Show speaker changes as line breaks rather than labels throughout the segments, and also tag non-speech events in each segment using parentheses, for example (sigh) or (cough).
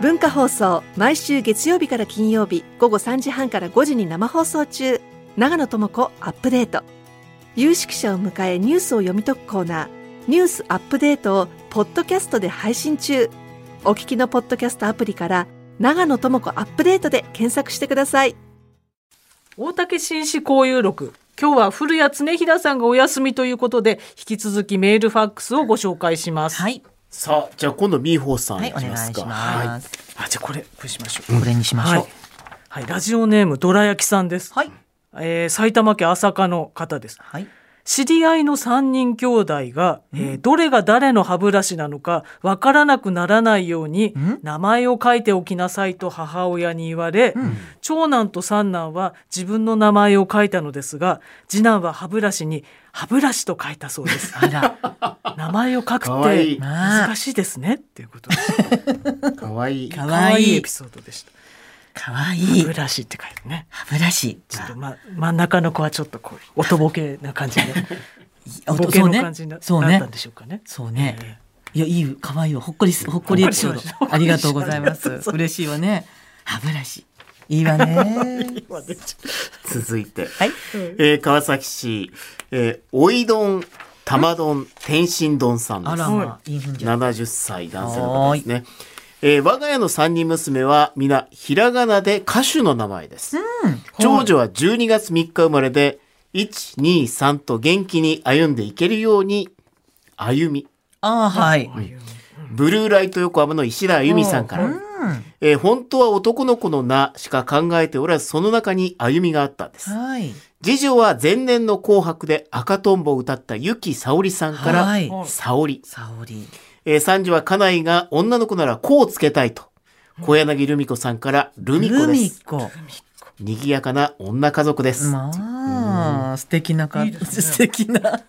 文化放送毎週月曜日から金曜日午後3時半から5時に生放送中長野智子アップデート有識者を迎えニュースを読み解くコーナー「ニュースアップデート」をポッドキャストで配信中お聞きのポッドキャストアプリから「長野智子アップデート」で検索してください
大竹紳士交友録。今日は古谷恒平さんがお休みということで、引き続きメールファックスをご紹介します。
はい。
さあ、じゃあ今度ミーホーさん
はい、
い
お
き
願い
ます
し
か。
ま
は
す。
あ、じゃあこれ、これしましょう。
これにしまし
は
ょう
い。。はい、ラジオネーム、どら焼きさんです。
はい。
えー埼玉県朝霞の方です。
はい。
知り合いの3人兄弟が、えーどれが誰の歯ブラシなのかわからなくならないように
ん
名前を書いておきなさいと母親に言われ、
ん
長男と三男は自分の名前を書いたのですが次男は歯ブラシに歯ブラシと書いたそうです
(laughs) あら、
名前を書く
かわ
っ
いい
て
まあ
難、しいですねっていうことで
い。かわい
(laughs)
い。
か
可
わ
愛い
い
エ
い
ピ。ソードでした
かわい
歯
い
ブ。ラシって書いてね
歯ブラシ。
ちょっと、ま、真ん中の子はちょっとこう音ボケな感じ
(laughs)
で
あ
ボケの感じにな
そう
なっ
ね
たん。でしょうかね
そうね。いや、いい、かわいいわ。ほっこりす、ほっこりエピソー
ほっこりし
ド。ありがとうございます。嬉しいわね。歯ブラシ。いいわね。
続いて。
はい。
えー、川崎市、えー、おい丼、玉丼、天津丼さんです。
あら、まあ、いいふんじゃ。
70歳男性の方ですね。えー我が家の3人娘は皆ひらがなで歌手の名前です。長女は12月3日生まれで、1、2、3と元気に歩んでいけるように、歩み。
ああ、はい。
ブルーライト横浜の石田歩みさんから。
うん。
えー本当は男の子の名しか考えておらず、その中に歩みがあったんです。
はい。
次女は前年の紅白で赤とんぼを歌ったゆきさおりさんから、
はい
さおり。
沙織。
えー三女は家内が女の子ならこうつけたいと。小柳ルミ子さんからルミ子
ル
で
ミ
す。
コ。
賑やかな女家族です。
まあ、素敵なか、
いいですね
素敵な。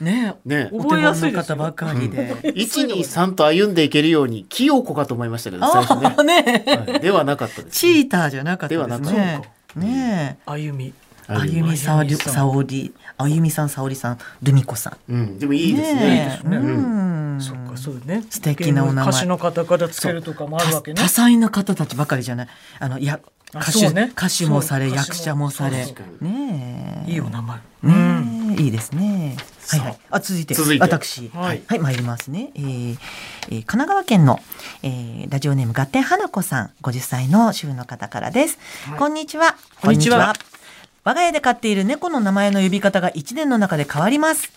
ねえ。
ね
お
覚え
手
やす
本
い
の
です
方
よ
ばかりで。
一二三と歩んでいけるように清子かと思いましたけど最初
(laughs) ああ、
ね
ねえ。
はい。ではなかったです。
チーターじゃなかったです
では
ね
なかっ。
ねえ。
歩み
あゆみさおり、さおり、あゆみさん、さおりさん、ルミ子さん。
うん、でもいいですね。
ねえ
いいですね
うん。
そっか、そうね。
素敵なお名前
歌手の方からつけるとかもあるわけね
多。彩な方たちばかりじゃない。あの、いや、
あ
歌
そ
手、
うね
歌手もされ、
そう歌手も
役者もされ
そう。
ねえ。
いいお名前。うん。
ねえいいですね。はいはい。あ、続いて、
続いて
私。
は
はいい、参りますね。えーえー神奈川県の、えーラジオネーム、ガッテン花子さん、50歳の主婦の方からです。こんにちは。
こんにちは
我が家で飼っている猫の名前の呼び方が1年の中で変わります。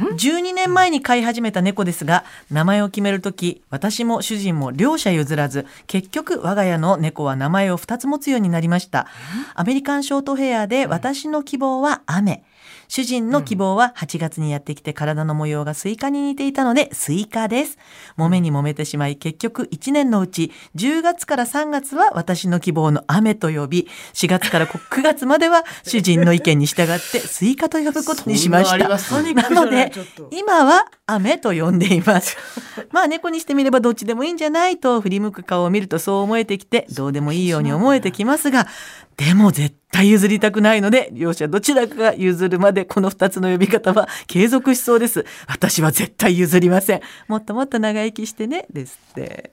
12年前に飼い始めた猫ですが、名前を決めるとき、私も主人も両者譲らず、結局我が家の猫は名前を2つ持つようになりました。アメリカンショートヘアで私の希望は雨。主人の希望は8月にやってきて体の模様がスイカに似ていたのでスイカです。揉めに揉めてしまい結局1年のうち10月から3月は私の希望の雨と呼び4月から9月までは主人の意見に従ってスイカと呼ぶことにしまし
そんなあり
た。
ます
パニック
な
じゃ
の
ない
で
ちょっと、
今は雨と呼んでいます。 (laughs) まあ猫にしてみればどっちでもいいんじゃないと振り向く顔を見るとそう思えてきて、どうでもいいように思えてきますが、でも絶対譲りたくないので、両者どちらかが譲るまでこの二つの呼び方は継続しそうです。私は絶対譲りません。もっともっと長生きしてね、ですって。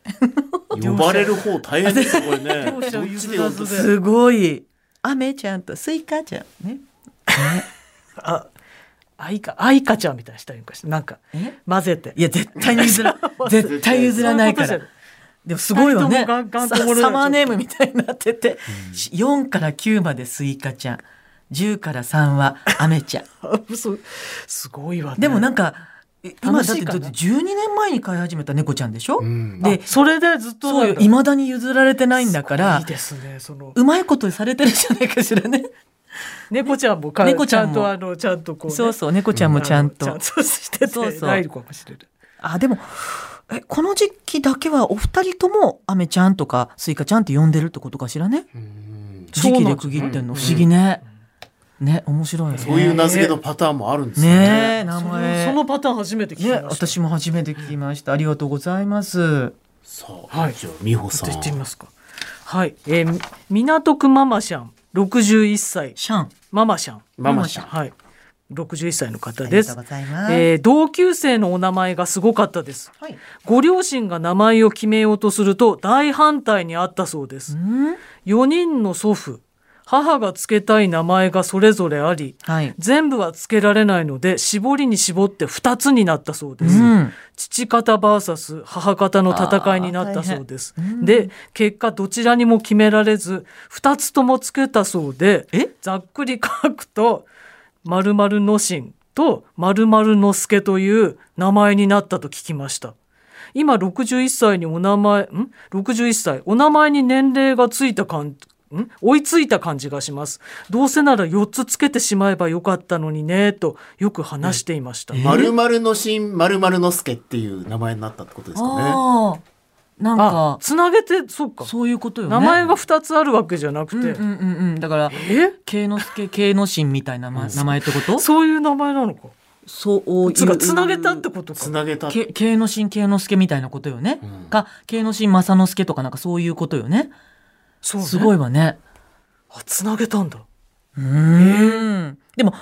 呼ばれる方大変ですよこれね。
両者
どっちで呼ぶ
譲らずで
すごい。雨ちゃんとスイカちゃんね。
あ、あいか、あいかちゃんみたいにしたりなんかして、なんか
え、
混ぜて。
いや、絶対に譲ら、絶対譲らないか
そういう
ら
ことじゃ。
でもすごいよ
二人
ね。
ともガンガン
さ
ともろい
サマーネームみたいになってて、4から9までスイカちゃん、10から3はアメ
(laughs)
ちゃん。
あそうすごいわね。
でもなん
か、
か、
楽
今だっ
していか
だ
な
って12年前に飼い始めた猫ちゃんでしょ、
うん
で、
それでずっと
そうよ、未だに譲られてないんだから
いい、ですね。その、
うまいことされてるじゃないかしらね。
猫ちゃんもか、
猫
ち
ち
ゃ
ゃ
ん
んも
とあの、ちゃんとこうね。
そうそう、猫ちゃんもちゃん
あ
と
の。ちゃんとして
そう
て、
そう
ないかもしれない。
あ、でも、えこの時期だけはお二人ともアメちゃんとかスイカちゃんって呼んでるってことかしらね。
うん
そう
時
なん
期
です
で区切ってんの不思議ね。ね、面白いね。
そういう名付けのパターンもあるんですよ
ねえ、名
その
前。
そのパターン初めて聞き
ね、
ました。
私も初めて聞きました。ありがとうございます。
さあ、
はい
じゃあ美穂さ
ちょっと行ってみ
ん。
ますか。はい。えー、み港区ママシャン、61歳。
シャン。
ママシャン。
ママちゃん。
はい。 61歳の方
あり
で
がと
す
うご。ざいます。
えー同級生のお名前がすごかったです。
はい。
ご両親が名前を決めようとすると大反対にあったそうです。
うん。
4人の祖父、母が付けたい名前がそれぞれあり、
はい。
全部は付けられないので、絞りに絞って2つになったそうです。
うん。
父方 VS 母方の戦いになったそうです。
変
で、結果どちらにも決められず、2つとも付けたそうで、
え
ざっくり書くと、〇〇のしんと〇〇のすけという名前になったと聞きました。今61歳にお名前、ん ?61 歳。お名前に年齢がついた感ん追いついた感じがします。どうせなら4つつけてしまえばよかったのにね、とよく話していました。
まるまるの新まるまるのすけっていう名前になったってことですかね。
ああ。なん
あ
か、
つなげて、そうか。
そういうことよね。
名前が2つあるわけじゃな
う
く
んう
て、
んうんうん。だから、
え
慶之助、慶之進みたいな名前名前ってこと
そういう名前なのか
そういう。
つがつなげたってことか
つなげた。
け慶之進、慶之助みたいなことよね。
うん
か、慶之進、正之助とかなんかそういうことよね。
そう、ね、
すご
い
いわね。
あつなげたんだ
うーん。でも、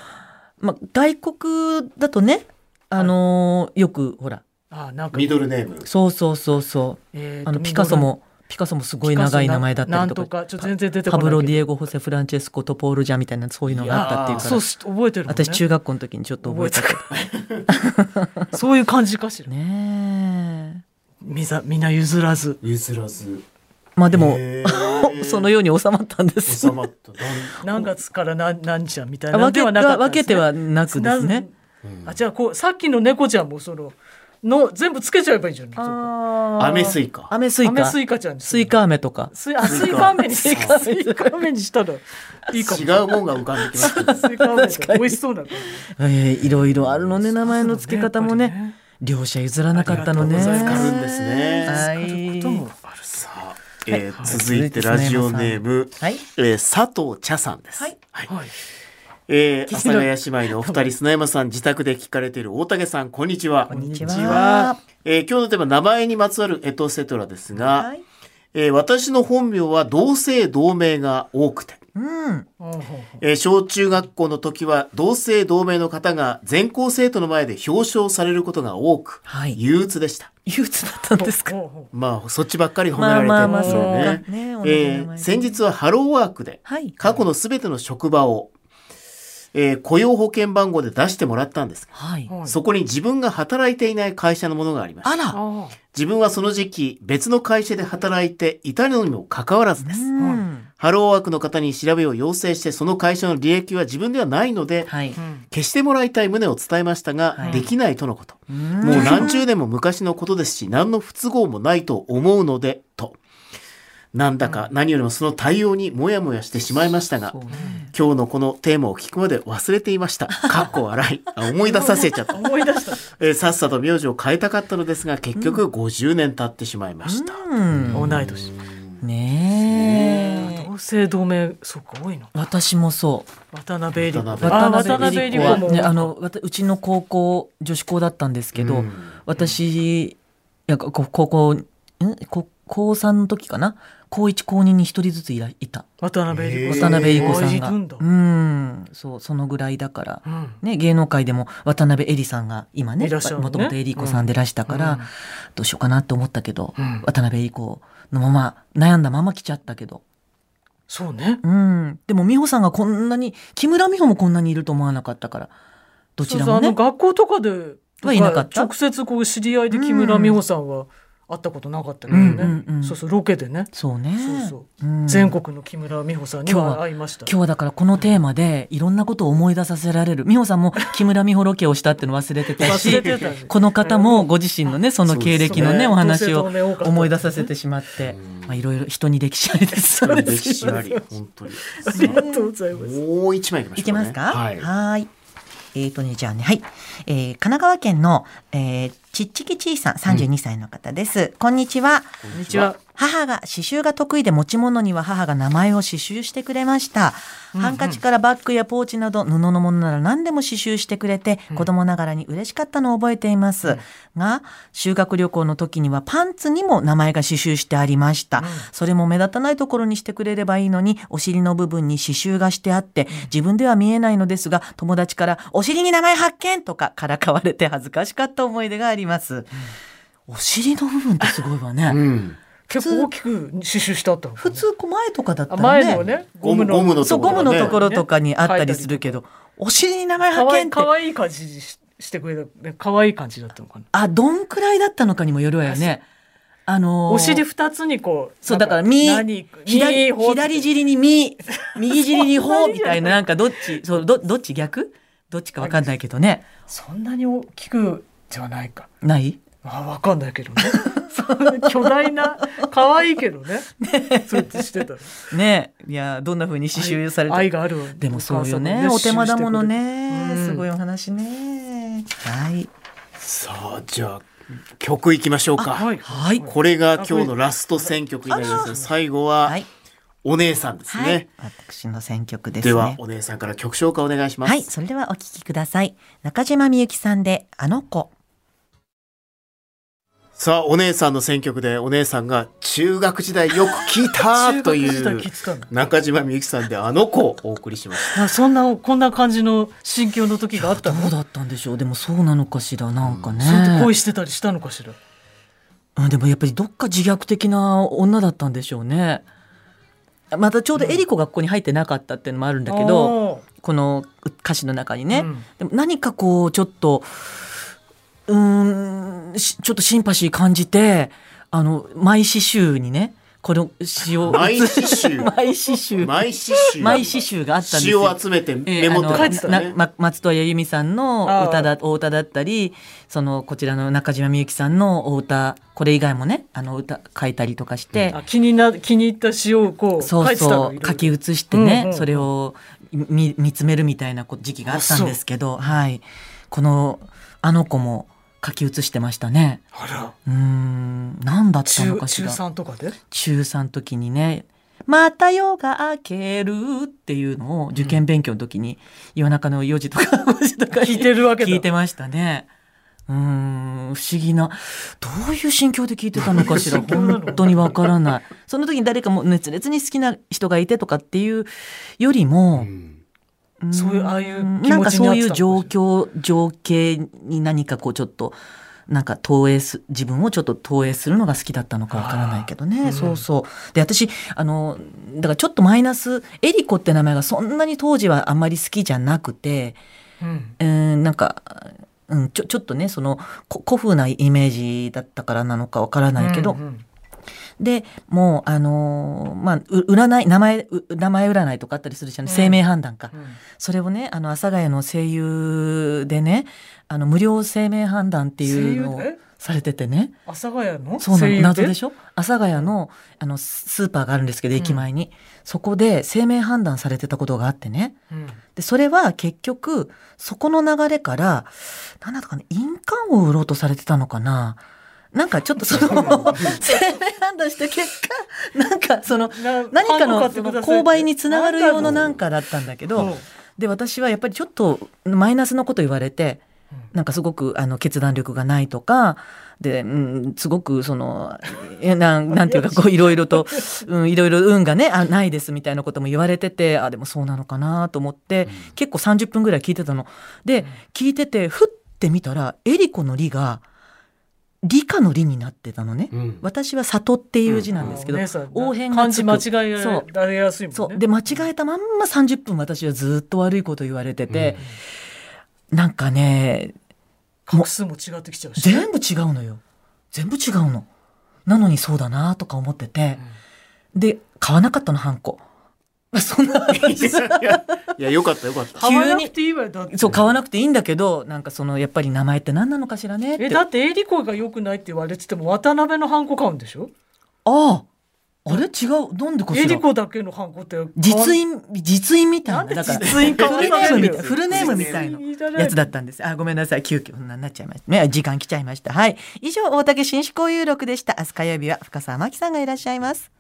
ま、外国だとね、あのーよく、ほら、
あなんか
ミドルネーム。
そうそうそうそう。
えーと
あのピカソもピカソもすごい長い名前だったりと
ピカソななんとか
か
ちょっと全然出てこないけ
パブ
ど
ロ・ディエゴ・ホセ・フランチェスコ・トポール・ジャみたいなそういうのがあったっていうか
そ
ら、
うし覚えてるもん、ね、
私中学校の時にちょっと覚えた
覚えてるそういう感じかしら、ね、
ね
みざみんな譲らず
譲らず。
えまあでも、
へ
(laughs)
ー
そのように収まったんです
収まった。
(laughs)
何月から何何ちゃんみたいなの
分
で
け
はなかった
分けてはなくですね
なん
あじゃあこうさっきの猫ちゃんもそのの全部つけちゃえばいいじゃないそうか
ア
ア
メスイカ。
アメスイ
アメ
カ
スイカちゃんにす
ス
る
イカアメとか
スイあスイカ飴にスイカ
スイカ
飴にしたらいいかも
違うもんが浮かん
(laughs)
できました。
スイカ飴
確かに
美味しそうだから
えーいろいろあるのね名前の付け方もね
そうだねやっぱ
両者譲らなかったのね
ありがとう
助
ご
か
ざ
るんですね。
は
りね
い
ともある
さあ、えー続いてラジオネーム、
はい
えー佐藤茶さんです。
はい
はい
はい
えー、阿佐ヶ谷姉妹のお二人、砂山さん、自宅で聞かれている大竹さん、こんにちは。こ
んにちは
えー今日のテーマ、名前にまつわるエトセトラですが、
はい
えー私の本名は同姓同名が多くて、
うん
うんうんうん
えー小中学校の時は同姓同名の方が全校生徒の前で表彰されることが多く、
はい
憂鬱でした。
憂鬱だったんですか
ほうほう
まあ、そっちばっかり褒め
まあ
られて
まあまあ
る
そう
よ
か
ね。
ね同じ名
えー
前で
先日はハローワークで、
はい
過去のすべての職場を、えー雇用保険番号で出してもらったんですが、
はい
ほうはい
そこに自分が働いていない会社のものがありまし
あ
た。
ら
あ
自分はその時期、別の会社で働いていたのにもかかわらずです。
うん
ハローワークの方に調べを要請して、その会社の利益は自分ではないので、
はい
あうん
消してもらいたい旨を伝えましたが、
はい
できないとのこと。
も
もう何十年も昔のことですし、何の不都合もないと思うので、と。なんだか何よりもその対応にもやもやしてしまいましたが、今日のこのテーマを聞くまで忘れていました。かっこ笑い。あ思い出させちゃった。
思い出した
えーさっさと名字を変えたかったのですが、結局50年経ってしまいました。
同い年
ねえ
同姓同名そうか多いの
私もそう
渡辺恵理子
渡辺
あ
渡
渡
辺
辺
恵
恵理
理子
子
は
も
ねあのわたうちの高校女子校だったんですけど、
うん
私いやこ高校んこ高三の時かな高一高二に一人ずついらいた
渡辺恵理子
渡辺恵理子さん
いるん
が
だ、
うんそうそのぐらいだから
うん
ね、芸能界でも渡辺恵里さんが今ね
いらっしゃるね
もともと恵里子さんでいらしたから、
うん
どうしようかなって思ったけど、
うん
渡辺恵里子のまま悩んだまま来ちゃったけど、
そうね
うん、でも美穂さんがこんなに木村美穂もこんなにいると思わなかったからどちらも
そうそうあ
ね
の学校とかで
はいなかった
直接こう知り合いで木村美穂さんは会ったことなかったけどね、
うんうんうん
そうそうロケでね、
そうね、
そうそう
ん、
全国の木村美穂さんに
今日
は
は
会いました
今日はだからこのテーマでいろんなことを思い出させられる美穂さんも木村美穂ロケをしたっていうの忘れてた
忘
し
れてたね
(laughs) この方もご自身のねその経歴のねお話
同
を
姓同名多かった
思い出させてしまって、まあ、いろいろ人に歴史ありです
本当に歴史あり、本当に。
ありがとうございます
もう一枚いきましょう、ね。
いけますか
はい。
ーいえっ、とね、じゃあね、はい。えー神奈川県の、えーちっちきちいさん、32歳の方です。こんにちは。
こ
こ
ん
ん
に
に
ち
ち
は
は。
母が刺繍が得意で持ち物には母が名前を刺繍してくれました。ハンカチからバッグやポーチなど布のものなら何でも刺繍してくれて、子供ながらに嬉しかったのを覚えています。が、修学旅行の時にはパンツにも名前が刺繍してありました。それも目立たないところにしてくれればいいのに、お尻の部分に刺繍がしてあって、自分では見えないのですが、友達からお尻に名前発見とかからかわれて恥ずかしかった思い出があります。お尻の部分ってすごいわね。
(laughs) うん。
結構大きく刺繍してあったのか
普
な
通こう前とかだった
あ
らね
前のね
ゴムゴムの
そうゴムのところとかにあった
ね
りするけど、お尻に名前
か
発
わ
見
い
っ
い
て
かわいい感じししてくれたねかわいい感じだったのかな
あどんくらいだったのかにもよるわよねあのー
お尻二つにこう
そう
な
だ
ん
からみ
何
左
みほ
左尻にみ右尻にほみたいななんかどっちそうどどっち逆どっちかわかんないけどね
そんなに大きくじゃないか
ない
あわかんないけ
(laughs)
どね (laughs) そう巨大な可愛いけどねそうやってしてたら
ねいやどんな風に刺繍されて
愛がある
でもそうよね
お母
お
さ
手
んが
間だもの
刺繍
ね
うん
すごいお話ねはい
さあ、じゃあ、曲いきましょう
してくれ
か。
る
はい
これが今日のラスト選曲になりますが最後は
はい
お姉さんですね。
はい私の選曲ですね
では、お姉さんから曲紹介お願いします。
はい、それではお聞きください。中島みゆきさんで、あの子。
さあ、お姉さんの選曲で、お姉さんが中学時代よく聞いたとい。
中学時代聞いうてたの
中島みゆきさんで、あの子をお送りしました。
あそんなこんな感じの心境の時があったの
どうだったんでしょう。でもそうなのかしら、なんかね。
そうやって恋してたりしたのかしら
うんでもやっぱりどっか自虐的な女だったんでしょうね。またちょうどエリコがここに入ってなかったっていうのもあるんだけど、この歌詞の中にね、
うん
でも何かこうちょっとうーんしちょっとシンパシー感じてあの毎刺繍にねこの詩を
毎刺
(laughs)
繍
毎刺繍
毎刺繍。
毎刺繍があったんです
詩
よ
を集めて
え
メ
ー
モって
書
た
い
ん
て
で
たね
すね。
あのなま松任谷由実さんの歌だお歌だったりそのこちらの中島みゆきさんのお歌これ以外もねあの歌書いたりとかして、
あ気にな気に入った詩をこう
そ
書
う
いてた
そ
の
う書き写してね、
うんうんうん
それを見見つめるみたいなこ時期があったんですけど、はい、このあの子も書き写してましたね。
あら
うーん何だったの
中
かし
中
ら
三とかで
中3時にね「また夜が明ける」っていうのを受験勉強の時に、夜中の4時とか5時とか
聞いてるわけだ
聞いてましたね。うーん不思議などういう心境で聞いてたのかし
(laughs)
ら
心境なの
本当にわからないその時に誰かもう熱烈に好きな人がいてとかっていうよりも、
うん
ん
そういうああいう気持ちに
なんかそう
なっ
いう
てたの
状
かし
況情景に何かこうちょっとなんか投影す自分をちょっと投影するのが好きだったのかわからないけどね、
うん
そうそうで私あのだからちょっとマイナスエリコって名前がそんなに当時はあんまり好きじゃなくて、
うん
えーなんか、うん、ちょちょっとねそのこ古風なイメージだったからなのかわからないけど、
うんうん
でもうあのーまあう占い名前う名前占いとかあったりするじゃな
う
い、
ん
生命判断か
う。ん
それをね、あの、阿佐ヶ谷の声優でね、あの、無料生命判断っていうのを
声優で
されててね。
阿佐ヶ谷の
そうな
声優で
の、謎でしょ阿佐ヶ谷の、あの、ススーパーがあるんですけど、駅前に。そこで生命判断されてたことがあってね。
うん
で、それは結局、そこの流れから、なんだったかな、印鑑を売ろうとされてたのかな。なんかちょっとそ
(laughs)
の、生命判断して結果、なんかその、
な
何か
パンを買
の
って
そ
くださ
の
い
購買につながるようななん
か
かだったんだけ
う
ど、で私はやっぱりちょっとマイナスのこと言われて
うん
なんかすごくあの決断力がないとかで、うん、すごくそのえなんなんていうかこういろいろと、うん、いろいろ運がねあないですみたいなことも言われててあでもそうなのかなと思って、結構30分ぐらい聞いてたの。で聞いててふって見たらエリコの「理」が「理科の「理」になってたのね。
うん
私は里っていう字なんですけど、
お姉さん
応変が
漢
つ
字
く
間違え
そう
られやすいもんね
そうで間違えたまんま30分私はずっと悪いこと言われてて、なんかね
画数も違ってきちゃうし
全部違うのよ全部違うのなのにそうだなとか思ってて、で買わなかったのハンコそんない
や (laughs) いや、よかったよかった。
買わなくていいわよだって
そう買わなくていいんだけどなんかそのやっぱり名前って何なのかしらねって
えだってエリコが良くないって言われてても渡辺のハンコ買うんでしょ
あああれ違うなんでか
エ
しら
リコだけのハンコって
実印実印みたいなだから
実印か
フルネームみたいフルネームみ
実
たいな
印いただい
やつ
て
だったんです。あ、ごめんなさい。急遽そんなになっちゃいました。ね、時間来ちゃいました。はい。以上、大竹紳士交有録でした。明日火曜日は深澤真希さんがいらっしゃいます。